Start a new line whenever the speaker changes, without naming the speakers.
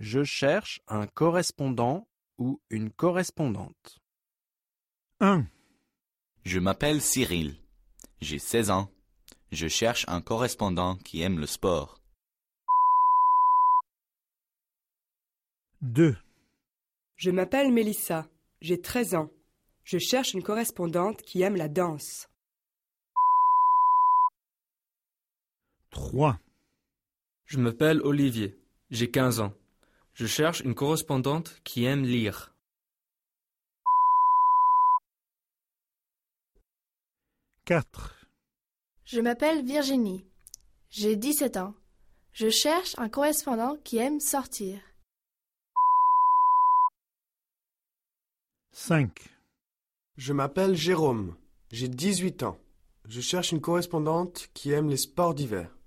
Je cherche un correspondant ou une correspondante.
1,
Je m'appelle Cyril. J'ai 16 ans. Je cherche un correspondant qui aime le sport.
2,
Je m'appelle Mélissa, j'ai 13 ans. Je cherche une correspondante qui aime la danse.
3,
Je m'appelle Olivier, j'ai 15 ans. Je cherche une correspondante qui aime lire.
4,
Je m'appelle Virginie. J'ai 17 ans. Je cherche un correspondant qui aime sortir.
5,
Je m'appelle Jérôme, j'ai 18 ans. Je cherche une correspondante qui aime les sports d'hiver.